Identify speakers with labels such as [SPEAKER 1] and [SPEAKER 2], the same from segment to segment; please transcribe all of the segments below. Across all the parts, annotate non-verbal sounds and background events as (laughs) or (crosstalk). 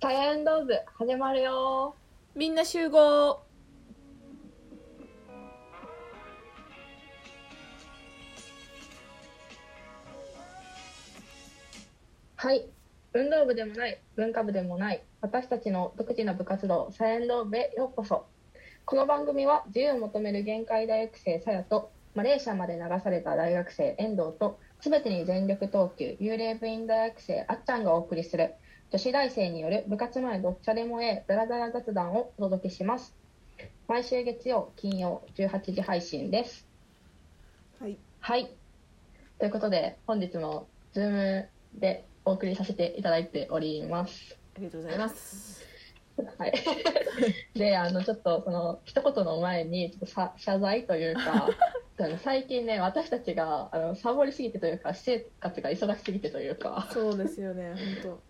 [SPEAKER 1] タイアンドーズ始まるよ
[SPEAKER 2] みんな集合
[SPEAKER 1] はい運動部でもない文化部でもない私たちの独自の部活動サイエンドー部へようこそこの番組は自由を求める限界大学生さやとマレーシアまで流された大学生遠藤と全てに全力投球幽霊部員大学生あっちゃんがお送りする女子大生による部活前どっちゃでもええダラダラ雑談をお届けします毎週月曜金曜18時配信です
[SPEAKER 2] はい
[SPEAKER 1] はい。ということで、本日も Zoom でお送りさせていただいております。 (laughs)
[SPEAKER 2] ありがとうございます
[SPEAKER 1] はい。で、あの、ちょっと、その、一言の前に、ちょっとさ謝罪というか、あの最近ね、私たちが、あの、サボりすぎてというか、私生活が忙しすぎてというか、 (laughs)
[SPEAKER 2] そうですよね本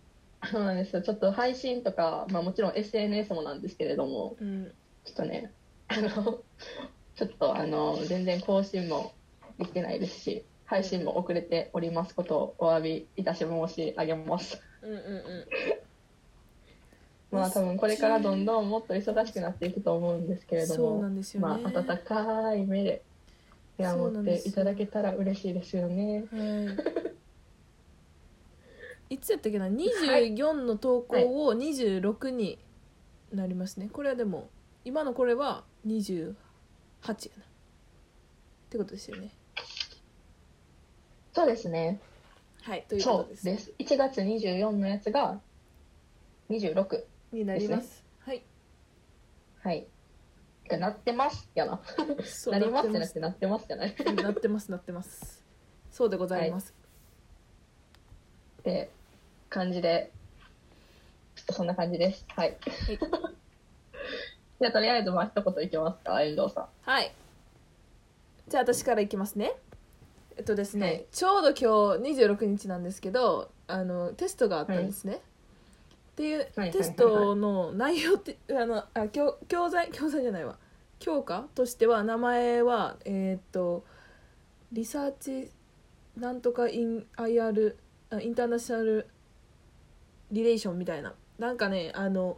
[SPEAKER 1] そうなんですよ。ちょっと配信とか、まあもちろん SNS もなんですけれども、
[SPEAKER 2] 当うん
[SPEAKER 1] ちょっとね、あの、ちょっとあの、全然更新もできてないですし、配信も遅れておりますことをお詫びいたし申し上げます。
[SPEAKER 2] うんうんうん
[SPEAKER 1] まあ多分これからどんどんもっと忙しくなっていくと思うんですけれど
[SPEAKER 2] そうな
[SPEAKER 1] も、
[SPEAKER 2] んですよ
[SPEAKER 1] ま
[SPEAKER 2] ね、
[SPEAKER 1] あ温かい目で見守っていただけたら嬉しいですよね。
[SPEAKER 2] はい、いつやったっけな24の投稿を26になりますねこれはでも今のこれは28やなってことですよね
[SPEAKER 1] そうですね。
[SPEAKER 2] はいというこ
[SPEAKER 1] そ
[SPEAKER 2] とで
[SPEAKER 1] う
[SPEAKER 2] す
[SPEAKER 1] です。1月24のやつが26。
[SPEAKER 2] になります
[SPEAKER 1] はい。がなってますやな。
[SPEAKER 2] はいそう
[SPEAKER 1] なりますじゃ
[SPEAKER 2] な
[SPEAKER 1] な
[SPEAKER 2] っ
[SPEAKER 1] くてなってますじゃない。
[SPEAKER 2] てますなってますなってますそうでございます、
[SPEAKER 1] って感じで、ちょっとそんな感じです。はい。
[SPEAKER 2] い
[SPEAKER 1] じゃあ、とりあえず、まあ、一言いきますか、遠藤さん。
[SPEAKER 2] はい。じゃあ私からいきますね。えっとですね、
[SPEAKER 1] はい
[SPEAKER 2] ちょうど今日26日なんですけど、あのテストがあったんですね。っていう、
[SPEAKER 1] はい
[SPEAKER 2] テストの内容ってあのあ教教材教材じゃないわ教科としては名前はえーっとリサーチなんとかイン IR あインターナショナルリレーションみたいななんかねあの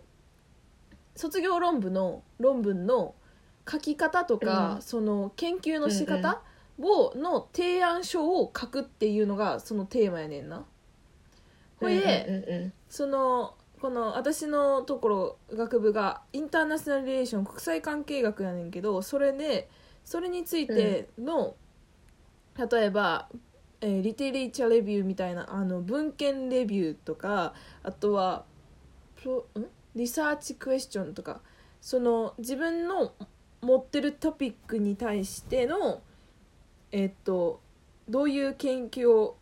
[SPEAKER 2] 卒業論文の論文の書き方とか、
[SPEAKER 1] うん
[SPEAKER 2] その研究の仕
[SPEAKER 1] うん
[SPEAKER 2] 方を、の提案書を書くっていうのがそのテーマやねんな。ほいで、
[SPEAKER 1] うんうんうん
[SPEAKER 2] そのこの私のところ学部がインターナショナルリレーション国際関係学やねんけどそれでそれについての、例えば、えーリテリチャレビューみたいなあの文献レビューとかあとはプロんリサーチクエスチョンとかその自分の持ってるトピックに対してのえっとどういう研究を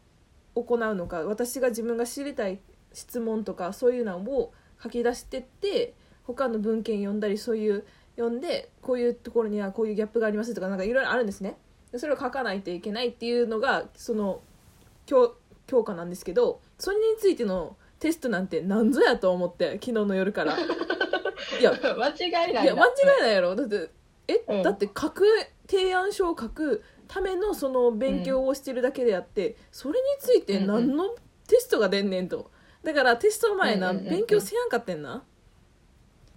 [SPEAKER 2] 行うのか私が自分が知りたい質問とかそういうのを書き出してって他の文献読んだりそういう読んでこういうところにはこういうギャップがありますとかなんかいろいろあるんですねでそれを書かないといけないっていうのがその教教科なんですけどそれについてのテストなんてなんぞやと思って昨日の夜からいや
[SPEAKER 1] うん。間違いないな。
[SPEAKER 2] い (laughs) や間違いないやろだってえ、
[SPEAKER 1] うん
[SPEAKER 2] だって書く提案書を書くためのその勉強をしてるだけであって、それについて何のテストが出んねんとだからテスト前な、
[SPEAKER 1] うんうんうんうん
[SPEAKER 2] 勉強せやんかってんな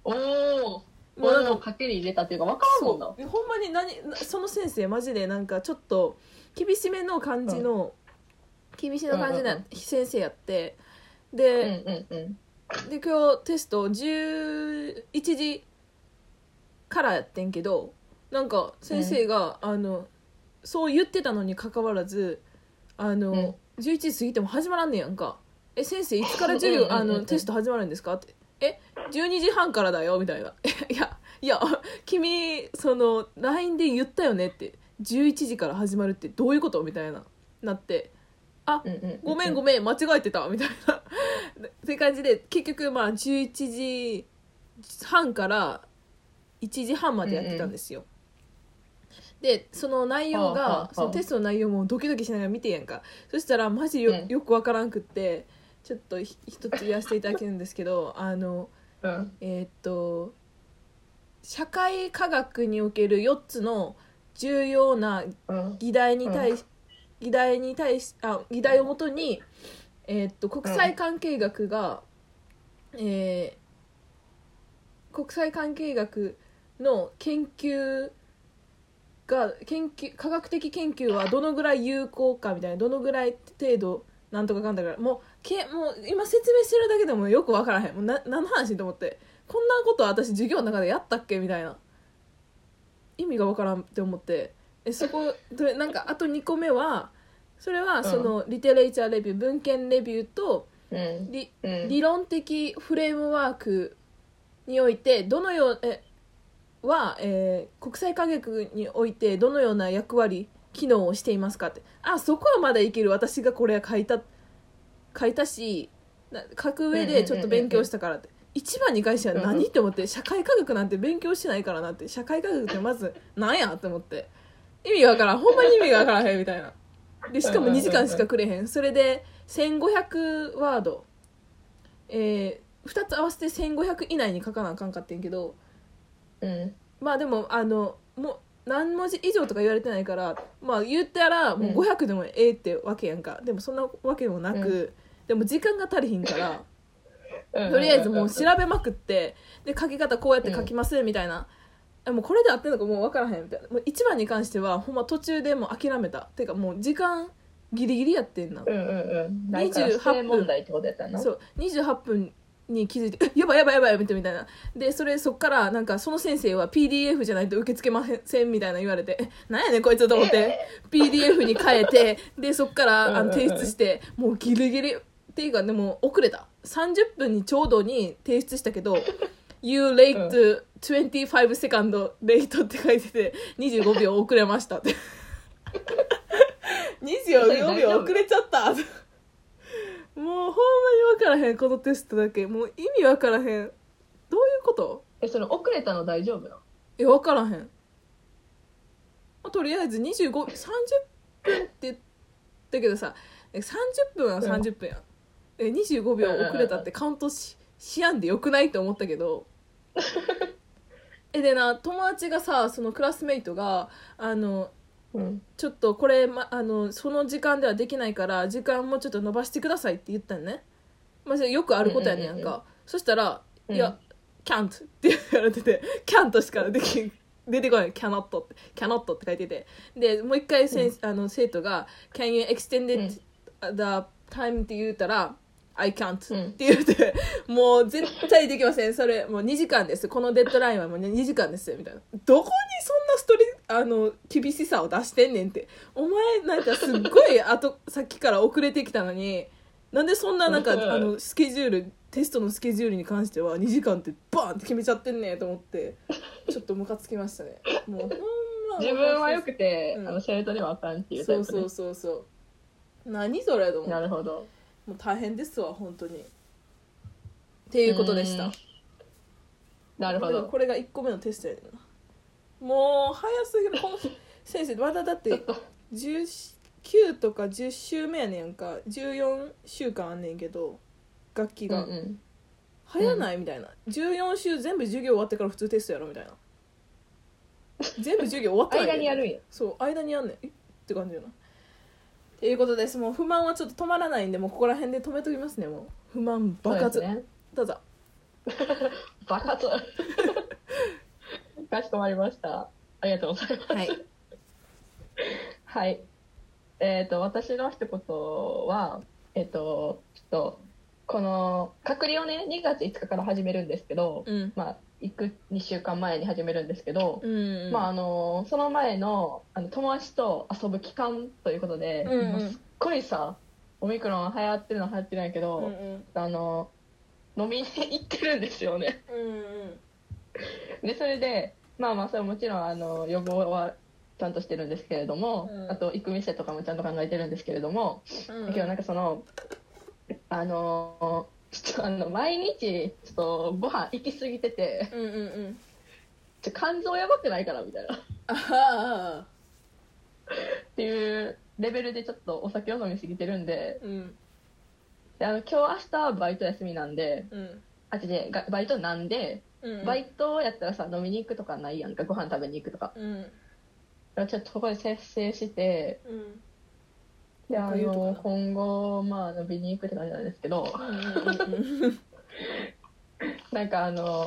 [SPEAKER 1] おお。
[SPEAKER 2] もうなん
[SPEAKER 1] 俺
[SPEAKER 2] か
[SPEAKER 1] のかけに入れたっていうか、わからんもんな。
[SPEAKER 2] そうほんまに何なその先生マジでなんかちょっと厳しめの感じの、厳しめの感じ
[SPEAKER 1] うん
[SPEAKER 2] な
[SPEAKER 1] うん
[SPEAKER 2] 先生やって
[SPEAKER 1] う
[SPEAKER 2] で、
[SPEAKER 1] んうんうん。
[SPEAKER 2] で今日テスト11時からやってんけどなんか先生が、あのそう言ってたのにかかわらずあの、
[SPEAKER 1] うん
[SPEAKER 2] 11時過ぎても始まらんねやんか「え先生いつから授
[SPEAKER 1] うんう
[SPEAKER 2] 業
[SPEAKER 1] ん
[SPEAKER 2] あ
[SPEAKER 1] うんうん
[SPEAKER 2] のテスト始まるんですか?」って「え12時半からだよ」みたいな (laughs) 「いやいや君その LINE で言ったよね」って「11時から始まるってどういうこと?」みたいななって
[SPEAKER 1] うんうん。
[SPEAKER 2] ごめんご
[SPEAKER 1] めん。
[SPEAKER 2] めん間違えてたみたいな (laughs) っていう感じで結局まあ11時半から1時半までやってたんですよ、でその内容
[SPEAKER 1] はあはあは
[SPEAKER 2] が
[SPEAKER 1] あ
[SPEAKER 2] そのテストの内容もドキドキしながら見てやんかそしたらマジよ,、
[SPEAKER 1] うん
[SPEAKER 2] よくわからんくってちょっとひ一つ言わせていただけるんですけどあの
[SPEAKER 1] うん。
[SPEAKER 2] えーっと社会科学における4つの重要な
[SPEAKER 1] うん。
[SPEAKER 2] 議題に対
[SPEAKER 1] う
[SPEAKER 2] し、議題に対しあ議題をもとに、えーっと国際関係学が、えー国際関係学の研究が研究科学的研究はどのぐらい有効かみたいなどのぐらい程度なんとかかんだからもうけもう今説明してるだけでもよく分からへんもうな何の話と思ってこんなこと私授業の中でやったっけみたいな意味が分からんって思ってえそこ (laughs) でなんかあと2個目はそれはその、リテレイチャーレビュー文献レビューと
[SPEAKER 1] うん
[SPEAKER 2] リ
[SPEAKER 1] うん
[SPEAKER 2] 理論的フレームワークにおいてどのようえは、えー国際科学においてどのような役割機能をしていますかってあそこはまだいける私がこれ書いた書いたしな書く上でちょっと勉強したからって一番に関しては
[SPEAKER 1] うん
[SPEAKER 2] 何って思って社会科学なんて勉強してないからなって社会科学ってまずなんやって思って意味がわからんほんまに意味がわからへんみたいなでしかも2時間しかくれへんそれで1500ワードえー、2つ合わせて1500以内に書かなあかんかってんけど
[SPEAKER 1] うん
[SPEAKER 2] まあでもあのもう何文字以上とか言われてないからまあ言ったらもう500でもええってわけやんか、でもそんなわけでもなく、でも時間が足りひんから
[SPEAKER 1] うん
[SPEAKER 2] とりあえずもう調べまくってで書き方こうやって書きますみたいな、えもうこれで合ってるのかもう分からへんみたいなもう1番に関してはほんま途中でもう諦めたていうかもう時間ギリギリやってんな、
[SPEAKER 1] うんうんうんだから
[SPEAKER 2] 28
[SPEAKER 1] 不正問題ってことやったな
[SPEAKER 2] そう28分に気づいて「えやばいやばいやばいやばい」みたいなでそれそっからなんかその先生は PDF じゃないと受け付けませんみたいな言われてえ「なんやねんこいつ」と思って PDF に変えてでそっからあ
[SPEAKER 1] うんうん
[SPEAKER 2] の
[SPEAKER 1] うん
[SPEAKER 2] 提出してもうギリギリっていうかでも遅れた30分にちょうどに提出したけど「You late 25 second late」って書いてて25秒遅れましたって25秒遅れちゃったもうほんまに分からへんこのテストだけもう意味分からへんどういうこと
[SPEAKER 1] えそれ遅れたの大丈夫なの
[SPEAKER 2] え分からへん、まあとりあえず2530分って言ったけどさえ30分は30分やん、え25秒遅れたってカウントししやんでよくないって思ったけどえでな友達がさそのクラスメイトがあの
[SPEAKER 1] うん
[SPEAKER 2] ちょっとこれ、ま、あのその時間ではできないから時間もちょっと伸ばしてくださいって言ったんね、まあ、それよくあることやねんやんか、
[SPEAKER 1] うんうんうん
[SPEAKER 2] そしたら「
[SPEAKER 1] うん
[SPEAKER 2] いや can't」って言われてて「can't」しかできん出てこない「cannot」って「cannot」って書いててでもう一回せん、あの生徒が「can you extend
[SPEAKER 1] うん
[SPEAKER 2] it the time」って言うたら「I can't」
[SPEAKER 1] うん
[SPEAKER 2] って言うて、もう絶対できませんそれもう2時間ですこのデッドラインはもう2時間ですみたいなどこにそんなストレあの厳しさを出してんねんってお前なんかすっごい後さっきから遅れてきたのになんでそんななんか
[SPEAKER 1] うん
[SPEAKER 2] あのスケジュールテストのスケジュールに関しては2時間ってバーンって決めちゃってんねんと思ってちょっとムカつきましたねもうほんま
[SPEAKER 1] 自分はよくて、
[SPEAKER 2] うん
[SPEAKER 1] あの生徒にはあかんっていうタイ
[SPEAKER 2] そ
[SPEAKER 1] プ、
[SPEAKER 2] う
[SPEAKER 1] ね、
[SPEAKER 2] そうそうそう何それと思って
[SPEAKER 1] なるほど
[SPEAKER 2] もう大変ですわ本当にっていうことでし
[SPEAKER 1] う
[SPEAKER 2] た
[SPEAKER 1] んなるほ
[SPEAKER 2] だから
[SPEAKER 1] ど
[SPEAKER 2] これが1個目のテストやねんなもう早すぎるこの先生まだだっ
[SPEAKER 1] ちょってと
[SPEAKER 2] 19とか10週目やねんか14週間あんねんけど楽器
[SPEAKER 1] うん
[SPEAKER 2] が、
[SPEAKER 1] うん
[SPEAKER 2] 早ないみたいな14週全部授業終わってから普通テストやろみたいな全部授業終わってない
[SPEAKER 1] 間にやるんや
[SPEAKER 2] そう間にやんねんえって感じやなっていうことですもう不満はちょっと止まらないんでもうここら辺で止めときますねもう不満爆発、
[SPEAKER 1] そうですね
[SPEAKER 2] どうぞ
[SPEAKER 1] 爆発かしこまりましたありがとうございます
[SPEAKER 2] はい
[SPEAKER 1] はいえっ、と私の一言はえっ、とちょっとこの隔離をね2月5日から始めるんですけど、
[SPEAKER 2] うん
[SPEAKER 1] まあ行く2週間前に始めるんですけど、
[SPEAKER 2] うん
[SPEAKER 1] まああのその前のあの友達と遊ぶ期間ということで、
[SPEAKER 2] うんうん
[SPEAKER 1] もうすっごいさオミクロン流行ってるの流行ってないけど、
[SPEAKER 2] うんうん
[SPEAKER 1] あの飲みに行ってるんですよね。
[SPEAKER 2] うん
[SPEAKER 1] でそれでまあまあそれもちろんあの予防はちゃんとしてるんですけれども、
[SPEAKER 2] うん
[SPEAKER 1] あと行く店とかもちゃんと考えてるんですけれども、
[SPEAKER 2] うん
[SPEAKER 1] だけどなんかそのあのちょっとあの毎日ちょっとご飯行き過ぎてて
[SPEAKER 2] うんうんうん
[SPEAKER 1] ちょ肝臓やばくないからみたいな。
[SPEAKER 2] ああ
[SPEAKER 1] っていうレベルでちょっとお酒を飲みすぎてるんで
[SPEAKER 2] うん
[SPEAKER 1] であの今日明日はバイト休みなんで
[SPEAKER 2] うん
[SPEAKER 1] あ違うがバイトなんで、
[SPEAKER 2] うん
[SPEAKER 1] バイトやったらさ飲みに行くとかないやんかご飯食べに行くとか
[SPEAKER 2] うん
[SPEAKER 1] だからちょっとここで節制して
[SPEAKER 2] うん
[SPEAKER 1] であ
[SPEAKER 2] なんか言うとか
[SPEAKER 1] の
[SPEAKER 2] な
[SPEAKER 1] 今後まあ飲みに行くって感じなんですけど
[SPEAKER 2] うんうんうん
[SPEAKER 1] なんかあの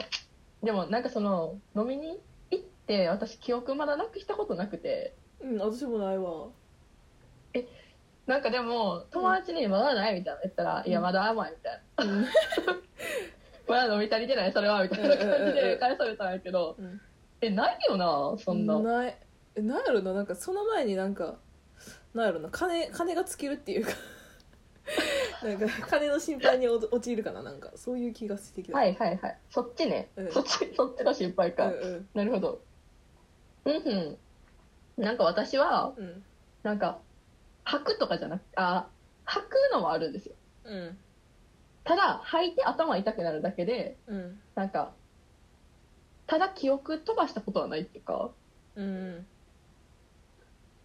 [SPEAKER 1] でもなんかその飲みに行って私記憶まだなくしたことなくて
[SPEAKER 2] うん私もないわ
[SPEAKER 1] なんかでも友達に「まだない?」みたいな言ったら「いやまだ甘い」みたいな
[SPEAKER 2] うん
[SPEAKER 1] 「まだ飲み足りてないそれは」みたいな感じで返されたんやけど
[SPEAKER 2] うん
[SPEAKER 1] 「えないよなそんな」
[SPEAKER 2] ないえなんやろななんかその前になんかなんやろな金金が尽きるっていうかなんか金の心配にお陥るかななんかそういう気がしてきた、、
[SPEAKER 1] はいいはいはいそっちね、
[SPEAKER 2] うん
[SPEAKER 1] そっちそっちの心配
[SPEAKER 2] う
[SPEAKER 1] か、
[SPEAKER 2] んうん
[SPEAKER 1] なるほどうんうんなんか私は
[SPEAKER 2] うん
[SPEAKER 1] なんか履くとかじゃなくあ履くのはあるんですよ
[SPEAKER 2] うん
[SPEAKER 1] ただ履いて頭痛くなるだけで
[SPEAKER 2] うん
[SPEAKER 1] なんかただ記憶飛ばしたことはないっていうか
[SPEAKER 2] うん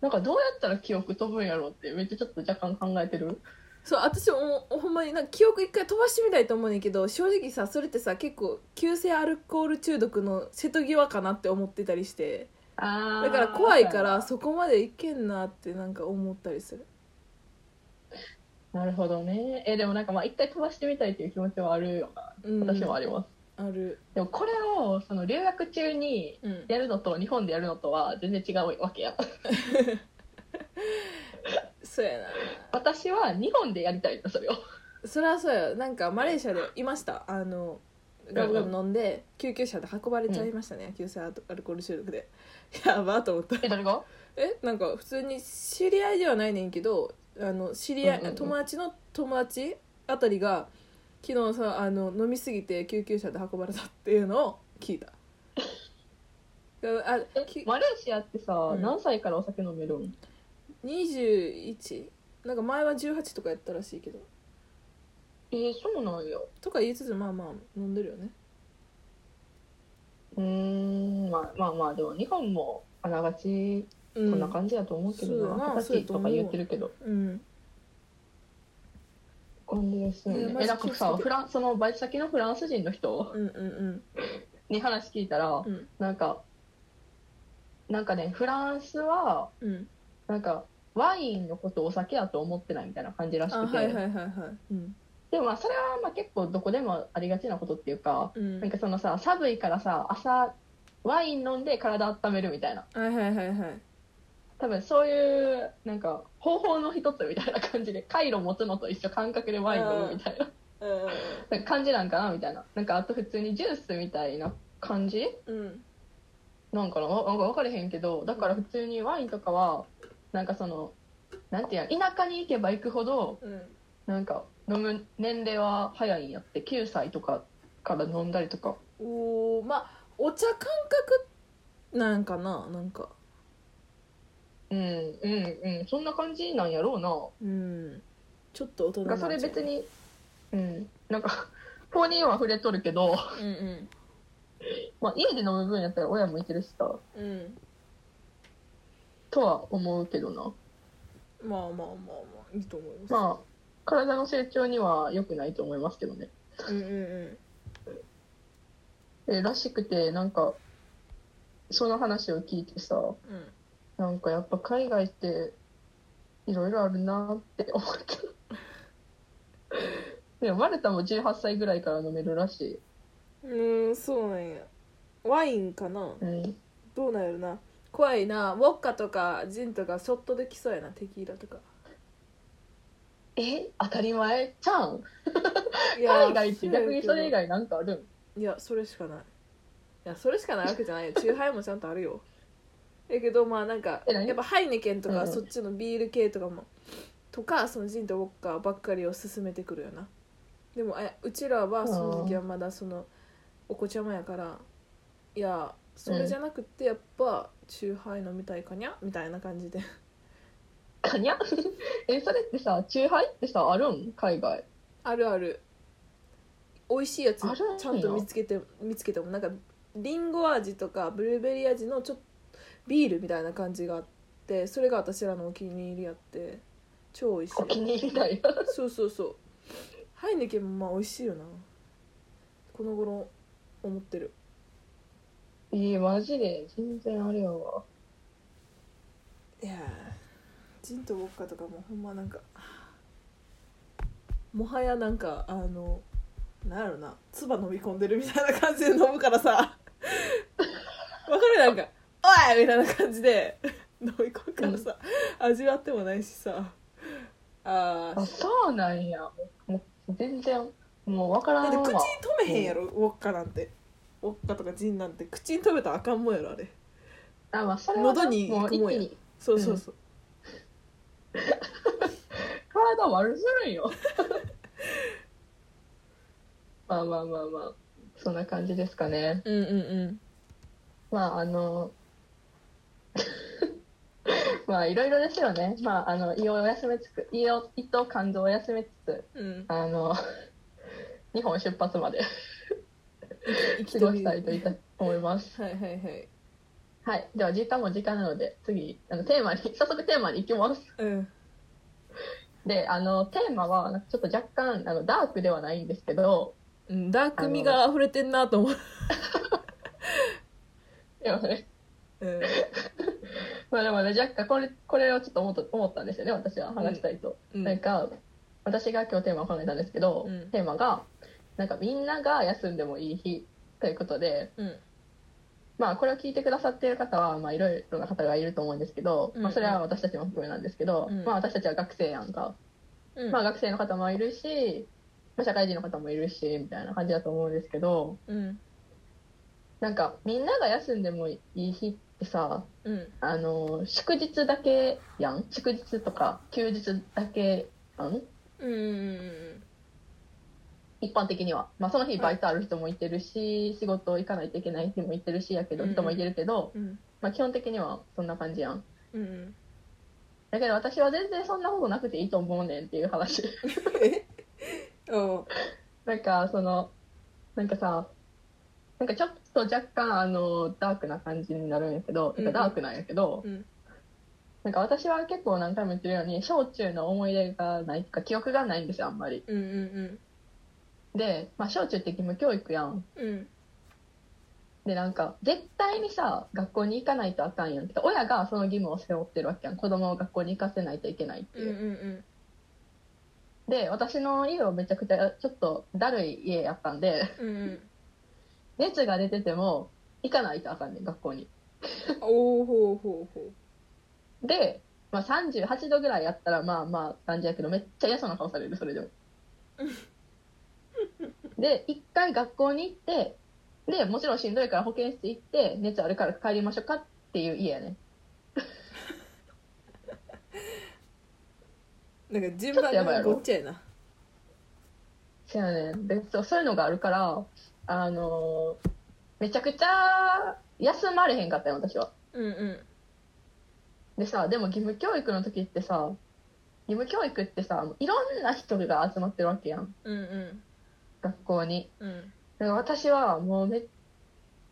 [SPEAKER 1] なんかどうやったら記憶飛ぶんやろうってめっちゃちょっと若干考えてる
[SPEAKER 2] そう私もほんまになんか記憶一回飛ばしてみたいと思うねんけど正直さそれってさ結構急性アルコール中毒の瀬戸際かなって思ってたりして
[SPEAKER 1] あ
[SPEAKER 2] だから怖いからそこまでいけんなってなんか思ったりする
[SPEAKER 1] なるほどねえでもなんかまあ一回飛ばしてみたいっていう気持ちはあるよな
[SPEAKER 2] うん
[SPEAKER 1] 私もあります、
[SPEAKER 2] ある
[SPEAKER 1] でもこれをその留学中に
[SPEAKER 2] うん
[SPEAKER 1] やるのと日本でやるのとは全然違うわけや
[SPEAKER 2] そうやな
[SPEAKER 1] 私は日本でやりたいんだそれを
[SPEAKER 2] そりゃそうやなんかマレーシアでいましたあのガブガブ飲んで救急車で運ばれちゃいましたね、急性アルコール中毒でやばと思った
[SPEAKER 1] え誰が
[SPEAKER 2] えなんか普通に知り合いではないねんけどあの知り合い、
[SPEAKER 1] うんうんうん
[SPEAKER 2] 友達の友達あたりが昨日さあの飲みすぎて救急車で運ばれたっていうのを聞
[SPEAKER 1] (laughs)
[SPEAKER 2] いたあき
[SPEAKER 1] えマレーシアってさ、
[SPEAKER 2] うん
[SPEAKER 1] 何歳からお酒飲めるん
[SPEAKER 2] 21なんか前は18とかやったらしいけど
[SPEAKER 1] えー、そうなんよ
[SPEAKER 2] とか言いつつまあまあ飲んでるよね
[SPEAKER 1] うーんまあまあまあでも日本もあながちこ
[SPEAKER 2] こ
[SPEAKER 1] んな感じだと思うけどな
[SPEAKER 2] うん
[SPEAKER 1] 二
[SPEAKER 2] そ
[SPEAKER 1] 十、
[SPEAKER 2] う
[SPEAKER 1] 歳
[SPEAKER 2] やな
[SPEAKER 1] とか言ってるけど
[SPEAKER 2] うん
[SPEAKER 1] 感じですよ
[SPEAKER 2] いや
[SPEAKER 1] ね
[SPEAKER 2] マジ
[SPEAKER 1] えなんかさ
[SPEAKER 2] 気をつけて
[SPEAKER 1] フランそのバイト先のフランス人の人
[SPEAKER 2] うんうん
[SPEAKER 1] に話聞いたら、
[SPEAKER 2] うんうん
[SPEAKER 1] なんかなんかねフランスは
[SPEAKER 2] うん
[SPEAKER 1] なんかワインのことをお酒やと思ってないみたいな感じらし
[SPEAKER 2] あ
[SPEAKER 1] くて、
[SPEAKER 2] はいはいはいはいうん
[SPEAKER 1] でもまあそれはまあ結構どこでもありがちなことっていうか、
[SPEAKER 2] うん
[SPEAKER 1] なんかそのさ寒いからさ朝ワイン飲んで体温めるみたいな
[SPEAKER 2] はいはいはいはい
[SPEAKER 1] 多分そういうなんか方法の一つみたいな感じでカイロ持つのと一緒感覚でワイン飲むみたいな
[SPEAKER 2] う
[SPEAKER 1] なんか感じなんかなみたいななんかあと普通にジュースみたいな感じ
[SPEAKER 2] んうん
[SPEAKER 1] なんかなわなんか分かれへんけどだから普通にワインとかはなんかそのなんていうの田舎に行けば行くほど
[SPEAKER 2] うん
[SPEAKER 1] なんか飲む年齢は早いんやって9歳とかから飲んだりとか
[SPEAKER 2] おーまあお茶感覚なんかななんか
[SPEAKER 1] うんうんうんそんな感じなんやろうな
[SPEAKER 2] うんちょっと大人
[SPEAKER 1] なんかそれ別にうんなんか法には触れとるけど、
[SPEAKER 2] うん
[SPEAKER 1] まあ、家で飲む分やったら親向いてるしさ
[SPEAKER 2] うんうん
[SPEAKER 1] とは思うけどな
[SPEAKER 2] まあまあまあまあいいと思います
[SPEAKER 1] まあ体の成長には良くないと思いますけどね
[SPEAKER 2] うんうんうん
[SPEAKER 1] えらしくてなんかその話を聞いてさ
[SPEAKER 2] うん
[SPEAKER 1] なんかやっぱ海外っていろいろあるなって思うけど (laughs) でもマルタも18歳ぐらいから飲めるらし、
[SPEAKER 2] うーんそうなんやワインかない
[SPEAKER 1] うん、
[SPEAKER 2] どうなんやろな怖いなウォッカとかジンとかショットできそうやなテキーラとか
[SPEAKER 1] え当たり前ちゃうん
[SPEAKER 2] いや
[SPEAKER 1] 海外って逆にそれ以外なんかあるん
[SPEAKER 2] いやそれしかないいやそれしかないわけじゃないよチューハイもちゃんとあるよやけどまあなんか
[SPEAKER 1] え何
[SPEAKER 2] やっぱハイネケンとか、
[SPEAKER 1] うん
[SPEAKER 2] そっちのビール系とかもとかそのジンとウォッカばっかりを勧めてくるよなでもえうちらはその時はまだそのお子ちゃまやからいやそれじゃなくってやっぱチューハイ飲みたいかにゃみたいな感じで
[SPEAKER 1] かにゃ (laughs) えそれってさチューハイってさあるん海外
[SPEAKER 2] あるある美味しいやつ
[SPEAKER 1] あるんや
[SPEAKER 2] ちゃんと見つけて見つけてもなんかリンゴ味とかブルーベリー味のちょっとビールみたいな感じがあってそれが私らのお気に入りやって超美味しい
[SPEAKER 1] お気に入りだよ
[SPEAKER 2] そうそうそうハイネケンもまあ美味しいよなこの頃思ってる
[SPEAKER 1] (laughs) いいマジで全然あれやわ
[SPEAKER 2] いやージンとウォッカとかもほんまなんかもはやなんかあのなんやろな唾飲み込んでるみたいな感じで飲むからさわかるなんか「おい!」みたいな感じで飲み込むからさ、味わってもないしさあ
[SPEAKER 1] あ
[SPEAKER 2] ー
[SPEAKER 1] そうなんやもう全然もうわから
[SPEAKER 2] だっ
[SPEAKER 1] ん
[SPEAKER 2] て
[SPEAKER 1] わ
[SPEAKER 2] 口に止めへんやろ、ウォッカなんてウォッカとかジンなんて口に止めたらあかんもんやろあれ
[SPEAKER 1] あ、まあ、それはな
[SPEAKER 2] 喉に
[SPEAKER 1] もう一
[SPEAKER 2] 行くもん
[SPEAKER 1] 気
[SPEAKER 2] や
[SPEAKER 1] に
[SPEAKER 2] そうそうそう、
[SPEAKER 1] 体悪するんよ (laughs) まあまあまあまあそんな感じですかね
[SPEAKER 2] うん、うんうん
[SPEAKER 1] まああの (laughs) まあいろいろですよねまああの胃を休めつつ胃を胃と肝臓を休めつつ
[SPEAKER 2] うん
[SPEAKER 1] あの (laughs) 日本出発まで
[SPEAKER 2] 生
[SPEAKER 1] 過
[SPEAKER 2] きて
[SPEAKER 1] ご
[SPEAKER 2] る
[SPEAKER 1] したいといた思います
[SPEAKER 2] はいはいはい
[SPEAKER 1] はい、では時間も時間なので次あのテーマに (laughs) 早速テーマに行きます
[SPEAKER 2] うん
[SPEAKER 1] であのテーマはなんかちょっと若干あのダークではないんですけど
[SPEAKER 2] うんダーク味が溢れてんなと思う、
[SPEAKER 1] でもね (laughs)
[SPEAKER 2] うん、
[SPEAKER 1] まあでもね若干これこれをちょっと思った思ったんですよね私は話したいと、
[SPEAKER 2] うん
[SPEAKER 1] なんか私が今日テーマを考えたんですけど、
[SPEAKER 2] うん
[SPEAKER 1] テーマがなんかみんなが休んでもいい日ということで
[SPEAKER 2] うん
[SPEAKER 1] まあこれを聞いてくださっている方はまあいろいろな方がいると思うんですけど、
[SPEAKER 2] うんうん
[SPEAKER 1] まあ、それは私たちも含めなんですけど、
[SPEAKER 2] うん
[SPEAKER 1] まあ私たちは学生やんか、
[SPEAKER 2] うん
[SPEAKER 1] まあ、学生の方もいるし、まあ、社会人の方もいるしみたいな感じだと思うんですけど
[SPEAKER 2] うん
[SPEAKER 1] なんかみんなが休んでもいい日ってさ
[SPEAKER 2] うん
[SPEAKER 1] あの祝日だけやん祝日とか休日だけやん
[SPEAKER 2] うんうん
[SPEAKER 1] 一般的には、まあ、その日
[SPEAKER 2] は
[SPEAKER 1] バ
[SPEAKER 2] い
[SPEAKER 1] イトある人もいてるし、仕事行かないといけない人もいてるしやけど
[SPEAKER 2] うんうん
[SPEAKER 1] 人もいてるけど、
[SPEAKER 2] うん
[SPEAKER 1] まあ、基本的にはそんな感じやん
[SPEAKER 2] うんうん
[SPEAKER 1] だけど私は全然そんなことなくていいと思うねんっていう話 (laughs)
[SPEAKER 2] えお
[SPEAKER 1] なんかそのなんかさなんかちょっと若干あのダークな感じになるんやけど、
[SPEAKER 2] うん
[SPEAKER 1] なんかダークなんやけど、
[SPEAKER 2] うん
[SPEAKER 1] なんか私は結構何回も言ってるように小中の思い出がないっていうか記憶がないんですよあんまり
[SPEAKER 2] うんうん
[SPEAKER 1] で、まあ、小中って義務教育やん
[SPEAKER 2] うんうん
[SPEAKER 1] でなんか絶対にさ学校に行かないとあかんやんって親がその義務を背負ってるわけやん子供を学校に行かせないといけないって
[SPEAKER 2] うん
[SPEAKER 1] いうう、
[SPEAKER 2] ん
[SPEAKER 1] で私の家はめちゃくちゃちょっとだるい家やったんで
[SPEAKER 2] うんうん
[SPEAKER 1] 熱が出てても行かないとあかんねん学校に
[SPEAKER 2] おおほうほうほ
[SPEAKER 1] で、まあ、38度ぐらいやったらまあまあ感じやけどめっちゃ嫌そうな顔されるそれでもで一回学校に行ってでもちろんしんどいから保健室行って熱あるから帰りましょうかっていう家やね
[SPEAKER 2] うなんか順番がごっちゃやな
[SPEAKER 1] そうやねんでそうそういうのがあるからあのーめちゃくちゃ休まれへんかったよ私は
[SPEAKER 2] うんうん
[SPEAKER 1] でさでも義務教育の時ってさ義務教育ってさいろんな人が集まってるわけやん
[SPEAKER 2] うんうん
[SPEAKER 1] 学校に
[SPEAKER 2] うん
[SPEAKER 1] なんか私はもうめっ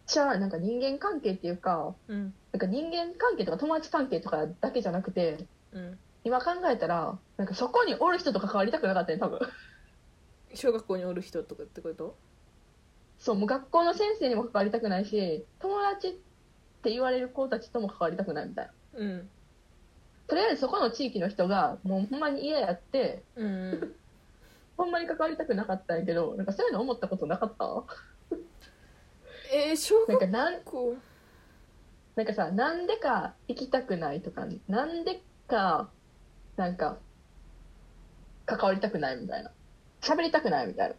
[SPEAKER 1] ちゃなんか人間関係っていうか
[SPEAKER 2] うん
[SPEAKER 1] なんか人間関係とか友達関係とかだけじゃなくて
[SPEAKER 2] うん
[SPEAKER 1] 今考えたらなんかそこにおる人と関わりたくなかったね多分 (laughs)
[SPEAKER 2] 小学校におる人とかってこと
[SPEAKER 1] そうもう学校の先生にも関わりたくないし友達って言われる子たちとも関わりたくないみたいな
[SPEAKER 2] うん
[SPEAKER 1] とりあえずそこの地域の人がもうほんまに嫌やって
[SPEAKER 2] うん
[SPEAKER 1] ほんまに関わりたくなかったんやけどなんかそういうの思ったことなかった (laughs)
[SPEAKER 2] えー小
[SPEAKER 1] なん
[SPEAKER 2] 学
[SPEAKER 1] かなん
[SPEAKER 2] 校
[SPEAKER 1] なんかさ、なんでか行きたくないとか、なんでか、なんか、関わりたくないみたいな。喋りたくないみたいな。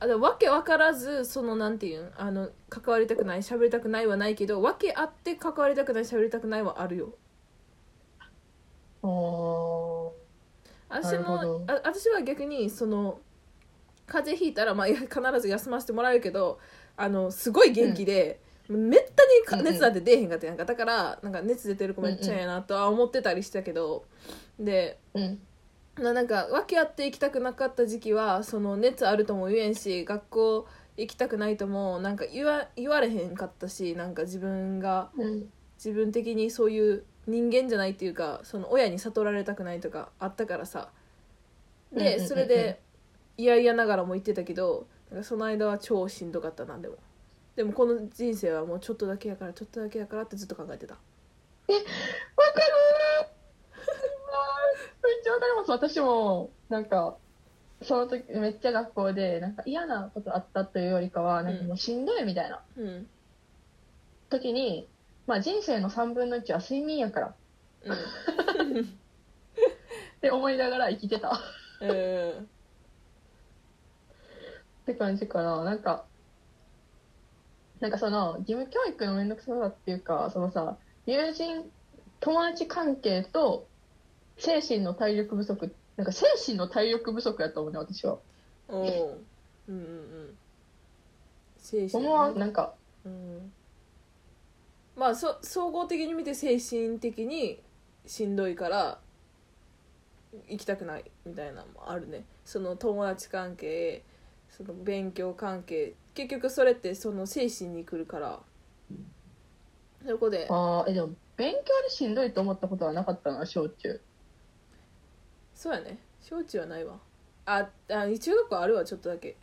[SPEAKER 2] あでもわけわからずそのなんていうんあの関わりたくない喋りたくないはないけどわけあって関わりたくない喋りたくないはあるよ
[SPEAKER 1] おな
[SPEAKER 2] 私
[SPEAKER 1] るほど
[SPEAKER 2] もあ私は逆にその風邪ひいたら、まあ、いや必ず休ませてもらえるけどあのすごい元気で、めったに
[SPEAKER 1] う
[SPEAKER 2] か
[SPEAKER 1] んうん
[SPEAKER 2] 熱なんて出えへんかったやんかだからなんか熱出てる子めっちゃええなとは思ってたりしたけど、で
[SPEAKER 1] うん。
[SPEAKER 2] ななんか訳あって行きたくなかった時期はその熱あるとも言えんし学校行きたくないともなんか言わ言われへんかったしなんか自分が
[SPEAKER 1] うん。
[SPEAKER 2] 自分的にそういう人間じゃないっていうかその親に悟られたくないとかあったからさ
[SPEAKER 1] うんうんうんう
[SPEAKER 2] で
[SPEAKER 1] ん
[SPEAKER 2] それで嫌々ながらも言ってたけどなんかその間は超しんどかったなでもでもこの人生はもうちょっとだけやからちょっとだけやからってずっと考えてた
[SPEAKER 1] わかるーめっちゃわかります。私も、なんか、その時めっちゃ学校でなんか嫌なことあったというよりかはなんかもうしんどいみたいな
[SPEAKER 2] うん
[SPEAKER 1] 時に、まあ、人生の3分の1は睡眠やからっ
[SPEAKER 2] うん
[SPEAKER 1] て思いながら生きてたっ
[SPEAKER 2] うん
[SPEAKER 1] て感じかななんかなんかその義務教育の面倒くささっていうかそのさ友人友達関係と精神の体力不足なんか精神の体力不足やと思うね私は
[SPEAKER 2] おううんうんうん精神
[SPEAKER 1] 思わんなんか
[SPEAKER 2] うんまあそ総合的に見て精神的にしんどいから行きたくないみたいなのもあるねその友達関係その勉強関係結局それってその精神に来るからそこで
[SPEAKER 1] あーえでも勉強でしんどいと思ったことはなかったな小中
[SPEAKER 2] そうやね小中はないわああ中学校あるわちょっとだけ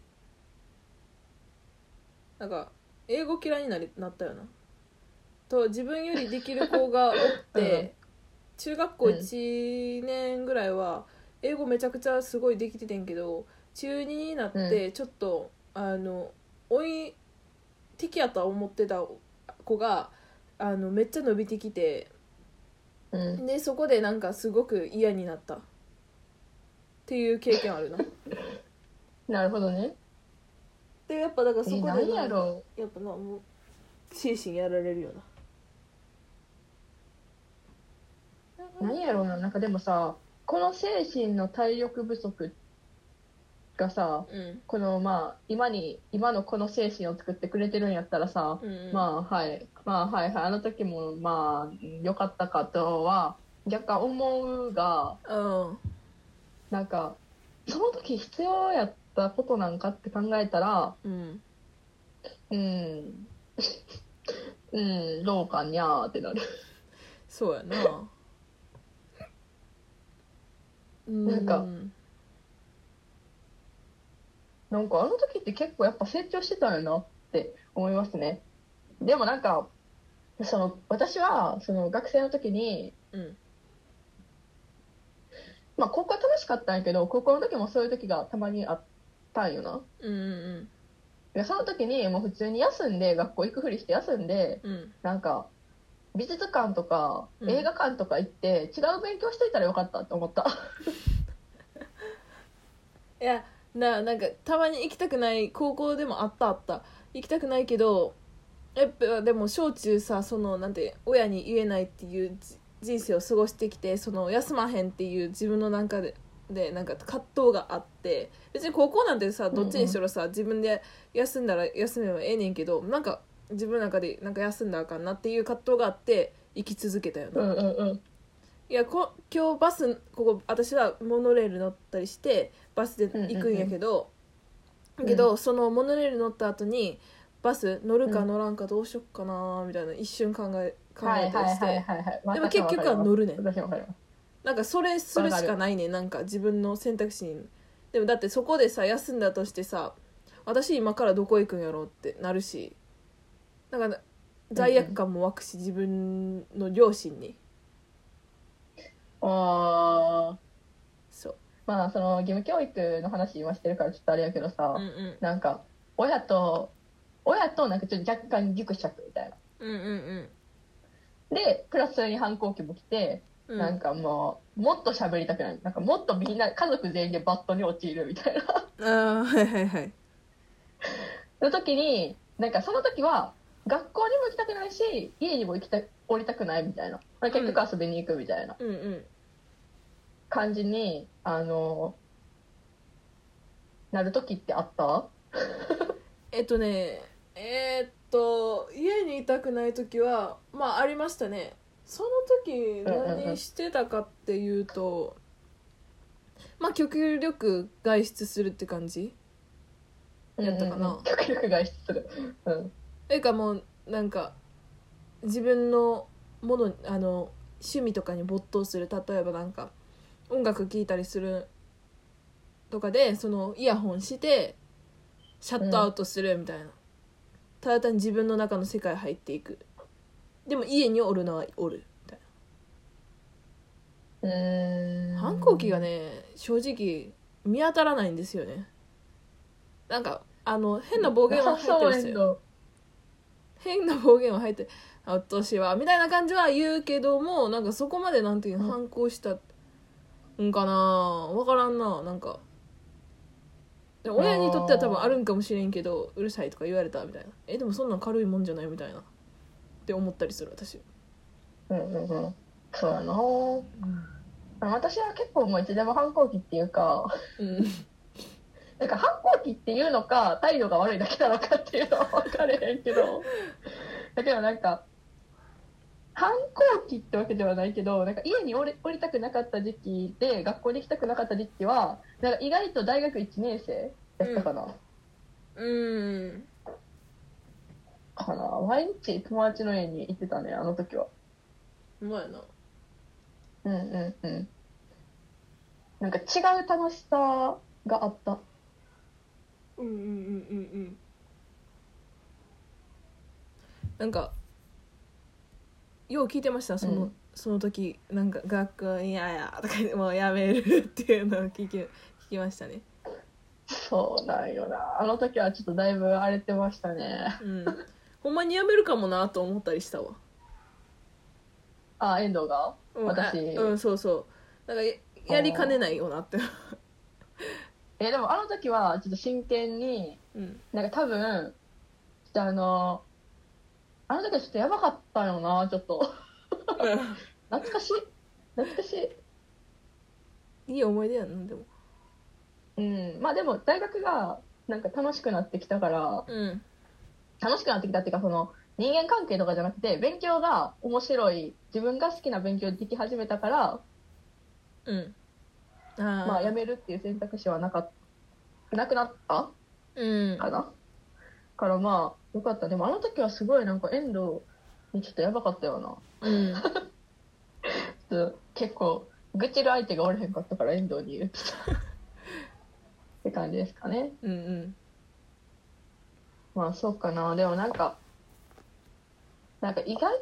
[SPEAKER 2] なんか英語嫌いになりなったよなと自分よりできる子がおって、中学校
[SPEAKER 1] うん
[SPEAKER 2] 1年ぐらいは英語めちゃくちゃすごいできててんけど中2になってちょっと、あの追い敵やとは思ってた子があのめっちゃ伸びてきて
[SPEAKER 1] うん
[SPEAKER 2] でそこでなんかすごく嫌になったっていう経験あるな
[SPEAKER 1] なるほどね
[SPEAKER 2] (laughs) でやっぱだからそ
[SPEAKER 1] え
[SPEAKER 2] こ
[SPEAKER 1] な
[SPEAKER 2] で
[SPEAKER 1] んやろ
[SPEAKER 2] やっぱなもう精神やられるよ
[SPEAKER 1] う
[SPEAKER 2] な
[SPEAKER 1] なんやろうななんかでもさこの精神の体力不足がさ
[SPEAKER 2] うん
[SPEAKER 1] このまあ今に今のこの精神を作ってくれてるんやったらさ、
[SPEAKER 2] うんあ
[SPEAKER 1] まあはいまあはいはいあの時もまあ良かったかとは若干思うが
[SPEAKER 2] うん
[SPEAKER 1] なんかその時必要やったことなんかって考えたら
[SPEAKER 2] うん
[SPEAKER 1] うん、 (laughs) うん、どうかにゃーってなる。
[SPEAKER 2] そうやな
[SPEAKER 1] なんか
[SPEAKER 2] うん
[SPEAKER 1] なんかあの時って結構やっぱ成長してたよなって思いますね。でもなんか、その私はその学生の時に、
[SPEAKER 2] うん
[SPEAKER 1] まあ高校は楽しかったんやけど、高校の時もそういう時がたまにあったんよな。
[SPEAKER 2] うんうん
[SPEAKER 1] でその時にもう普通に休んで、学校行くふりして休んで、
[SPEAKER 2] うん
[SPEAKER 1] なんか美術館とか
[SPEAKER 2] うん
[SPEAKER 1] 映画館とか行って、違う勉強しといたらよかったって思った。
[SPEAKER 2] (laughs) いやななんかたまに行きたくない高校でもあったあった行きたくないけどやっぱでも小中さそのなんて親に言えないっていうじ人生を過ごしてきてその休まへんっていう自分のなんかででなんか葛藤があって別に高校なんてさどっちにしろさ、自分で休んだら休めばええねんけどなんか自分の中でなんか休んだらあかんなっていう葛藤があって生き続けたよな。
[SPEAKER 1] うんうんうん。
[SPEAKER 2] いやこ今日バスここ私はモノレール乗ったりしてバスで行くんやけど、
[SPEAKER 1] ん
[SPEAKER 2] けどそのモノレール乗った後にバス乗るか
[SPEAKER 1] うん
[SPEAKER 2] 乗らんかどうしよっかなみたいな一瞬考え考
[SPEAKER 1] は
[SPEAKER 2] え
[SPEAKER 1] い
[SPEAKER 2] た
[SPEAKER 1] は
[SPEAKER 2] り
[SPEAKER 1] い
[SPEAKER 2] して、
[SPEAKER 1] はいはいはい。
[SPEAKER 2] でも結局は乗るねん
[SPEAKER 1] 私もわかります
[SPEAKER 2] なんかそれするしかないねんなんか自分の選択肢にでもだってそこでさ休んだとしてさ私今からどこ行くんやろうってなるしなんか罪悪感も湧くし、自分の両親に
[SPEAKER 1] ああ。
[SPEAKER 2] そう、
[SPEAKER 1] まあその義務教育の話今してるからちょっとあれやけどさ、
[SPEAKER 2] うんうん、
[SPEAKER 1] なんか親と親となんかちょっと若干ギクシャクみたいな
[SPEAKER 2] うんうんうん
[SPEAKER 1] でプラスそれに反抗期も来て、
[SPEAKER 2] うん
[SPEAKER 1] なんかもうもっと喋りたくないなんかもっとみんな家族全員でバットに陥るみたいな
[SPEAKER 2] ああはいはいはい
[SPEAKER 1] の時になんかその時は学校にも行きたくないし家にも行きた降りたくないみたいな結局遊びに行くみたいな
[SPEAKER 2] うんうん
[SPEAKER 1] 感じに、あのなる時ってあった
[SPEAKER 2] えっとねえーっと家にいたくない時はまあありましたねその時
[SPEAKER 1] うんうんうん
[SPEAKER 2] 何してたかっていうと、まあ極力外出するって感じやったかな
[SPEAKER 1] うんうんうん極力外出するうん
[SPEAKER 2] ていうかもうなんか自分のものあの趣味とかに没頭する例えばなんか音楽聴いたりするとかでそのイヤホンしてシャットアウトするみたいな、ただ単に自分の中の世界入っていくでも家におるのはおるみたいう
[SPEAKER 1] ーん
[SPEAKER 2] な反抗期がね正直見当たらないんですよねなんかあの変な暴言は入ってるんですよ
[SPEAKER 1] よ。
[SPEAKER 2] 変な暴言は入って「あ私は」みたいな感じは言うけどもなんかそこまでなんていうの
[SPEAKER 1] うん
[SPEAKER 2] 反抗したんかな分からんななんかでも親にとっては多分あるんかもしれんけど「うるさい」とか言われたみたいな「えでもそんなん軽いもんじゃない」みたいなって思ったりする私、
[SPEAKER 1] うんうんうん。そうやな。私は結構もういつでも反抗期っていうか、
[SPEAKER 2] うん、
[SPEAKER 1] なんか反抗期っていうのか、態度が悪いだけなのかっていうのは分かれへんけど、だけどなんか、反抗期ってわけではないけど、なんか家におりおりたくなかった時期で、学校に行きたくなかった時期は、なんか意外と大学1年生やったかな。
[SPEAKER 2] うん、
[SPEAKER 1] かな。毎日友達の家に行ってたね、あの時は。
[SPEAKER 2] うまいな
[SPEAKER 1] うんうんうん。なんか違う楽しさがあった。
[SPEAKER 2] うんうんうんうんうんなんかよう聞いてましたその、
[SPEAKER 1] うん
[SPEAKER 2] その時なんか「学校嫌や」とか言って「もうやめる」っていうのを聞き聞きましたね
[SPEAKER 1] そうなんよな。あの時はちょっとだいぶ荒れてましたね。
[SPEAKER 2] うんほんまにやめるかもなと思ったりしたわ、
[SPEAKER 1] あ、遠藤が
[SPEAKER 2] うん、
[SPEAKER 1] 私
[SPEAKER 2] あうんそうそうなんかややりかねないよなって
[SPEAKER 1] え、でもあの時はちょっと真剣に、
[SPEAKER 2] うん
[SPEAKER 1] なんか多分、ちょっとあの、あの時はちょっとやばかったよな、ちょっと。 (laughs) 懐かしい。懐かしい。
[SPEAKER 2] いい思い出やなでも
[SPEAKER 1] うん。まあでも大学がなんか楽しくなってきたから、
[SPEAKER 2] うん
[SPEAKER 1] 楽しくなってきたっていうかその人間関係とかじゃなくて勉強が面白い自分が好きな勉強でき始めたから
[SPEAKER 2] うんああ
[SPEAKER 1] まあやめるっていう選択肢はなかっなくなった
[SPEAKER 2] うん
[SPEAKER 1] かな、からまあよかったでもあの時はすごいなんか遠藤にちょっとやばかったよな
[SPEAKER 2] うん
[SPEAKER 1] ちょっと結構愚痴る相手がおれへんかったから遠藤に言ってたって感じですかね (laughs)
[SPEAKER 2] うんうん
[SPEAKER 1] まあそうかなでもなんかなんか意外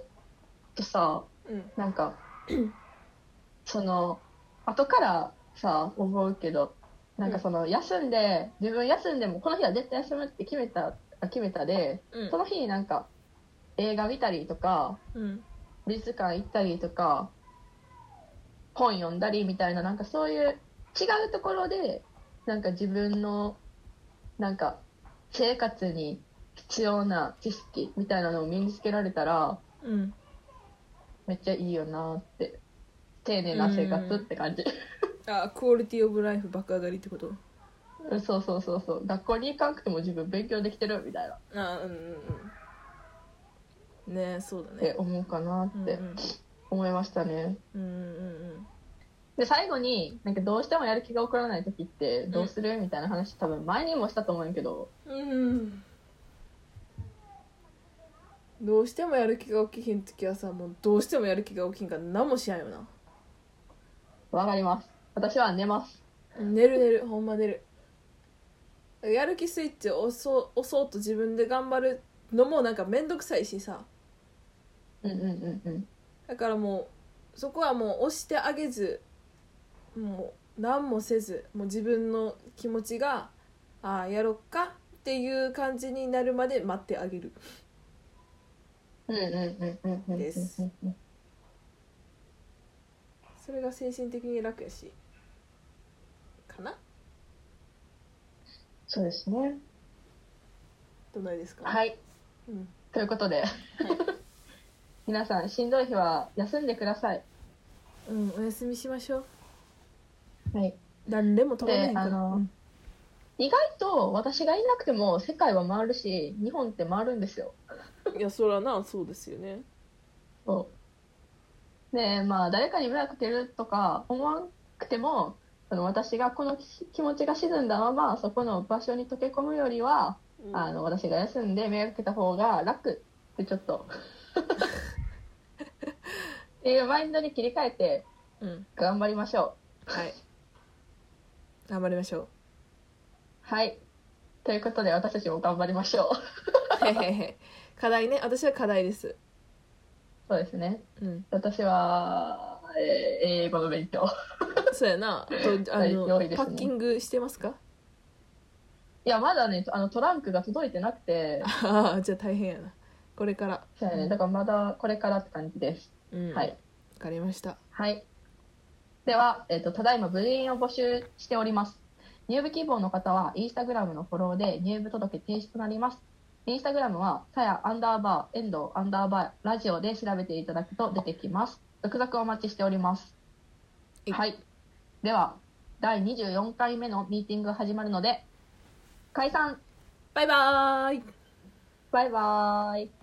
[SPEAKER 1] とさ
[SPEAKER 2] うん
[SPEAKER 1] なんか (clears throat) その後からさ思うけどなんかその休んで自分休んでもこの日は絶対休むって決めたあ決めたで
[SPEAKER 2] うん
[SPEAKER 1] その日なんか映画見たりとか
[SPEAKER 2] うん
[SPEAKER 1] 美術館行ったりとか本読んだりみたいななんかそういう違うところでなんか自分のなんか生活に必要な知識みたいなのを身につけられたら
[SPEAKER 2] うん
[SPEAKER 1] めっちゃいいよなって丁寧な生活って感じ、
[SPEAKER 2] あクオリティオブライフ爆上がりってこと
[SPEAKER 1] うんそうそうそうそう学校に行かなくても自分勉強できてるみたいなっ
[SPEAKER 2] あうんうんうんねえそうだ
[SPEAKER 1] て
[SPEAKER 2] ね
[SPEAKER 1] 思うかな
[SPEAKER 2] う
[SPEAKER 1] っ
[SPEAKER 2] んうん
[SPEAKER 1] て思いましたね
[SPEAKER 2] うんうん
[SPEAKER 1] で最後になんかどうしてもやる気が起こらない時ってどうするみたいな話多分前にもしたと思うんやけど
[SPEAKER 2] うんうんどうしてもやる気が起きひん時はさもうどうしてもやる気が起きひんから何もしやんよな
[SPEAKER 1] わかります私は寝ます
[SPEAKER 2] 寝る寝るほんま寝るやる気スイッチを押そう押そうと自分で頑張るのもなんか面倒くさいしさ
[SPEAKER 1] うんうんうんうん
[SPEAKER 2] だからもうそこはもう押してあげずもう何もせずもう自分の気持ちがああやろっかっていう感じになるまで待ってあげる
[SPEAKER 1] うんうんうんうんうんうんうんうん
[SPEAKER 2] ですそれが精神的に楽やしかな
[SPEAKER 1] そうですね
[SPEAKER 2] どないですか、
[SPEAKER 1] はいい
[SPEAKER 2] うん、
[SPEAKER 1] ということで、 (laughs) 皆さんしんどい日は休んでください
[SPEAKER 2] うん、お休みしましょう
[SPEAKER 1] はい
[SPEAKER 2] 何でも止めないから、
[SPEAKER 1] であの
[SPEAKER 2] うん
[SPEAKER 1] 意外と私がいなくても世界は回るし日本って回るんですよ
[SPEAKER 2] いやそらなそうですよね
[SPEAKER 1] そうでまあ誰かに迷惑かけるとか思わなくてもその私がこの気気持ちが沈んだままそこの場所に溶け込むよりは、
[SPEAKER 2] うん
[SPEAKER 1] あの私が休んで迷惑かけた方が楽ってちょっ
[SPEAKER 2] (laughs)
[SPEAKER 1] とっていうマインドに切り替えて
[SPEAKER 2] うん
[SPEAKER 1] 頑張りましょ
[SPEAKER 2] はい頑張りましょ
[SPEAKER 1] うはいということで私たちも頑張りましょう
[SPEAKER 2] うへへへ課題ね私は課題です
[SPEAKER 1] そうですね
[SPEAKER 2] うん
[SPEAKER 1] 私はえー英語の勉強。
[SPEAKER 2] そうやなあとあ
[SPEAKER 1] (laughs) はい
[SPEAKER 2] の、
[SPEAKER 1] 良いです
[SPEAKER 2] パ
[SPEAKER 1] ね
[SPEAKER 2] ッキングしてますか (laughs)
[SPEAKER 1] いや、まだね、あのトランクが届いてなくて、
[SPEAKER 2] ああじゃあ大変やなこれから、
[SPEAKER 1] そうやね、だからまだこれからって感じです。
[SPEAKER 2] うん
[SPEAKER 1] はい。
[SPEAKER 2] 分かりました
[SPEAKER 1] はい。では、えっ、と、ただいま部員を募集しております。入部希望の方は、インスタグラムのフォローで入部届停止となります。インスタグラムは、さやアンダーバー、遠藤アンダーバー、ラジオで調べていただくと出てきます。続々お待ちしております。
[SPEAKER 2] い
[SPEAKER 1] はい。では、第24回目のミーティングが始まるので、解散
[SPEAKER 2] バイバーイ
[SPEAKER 1] バイバーイ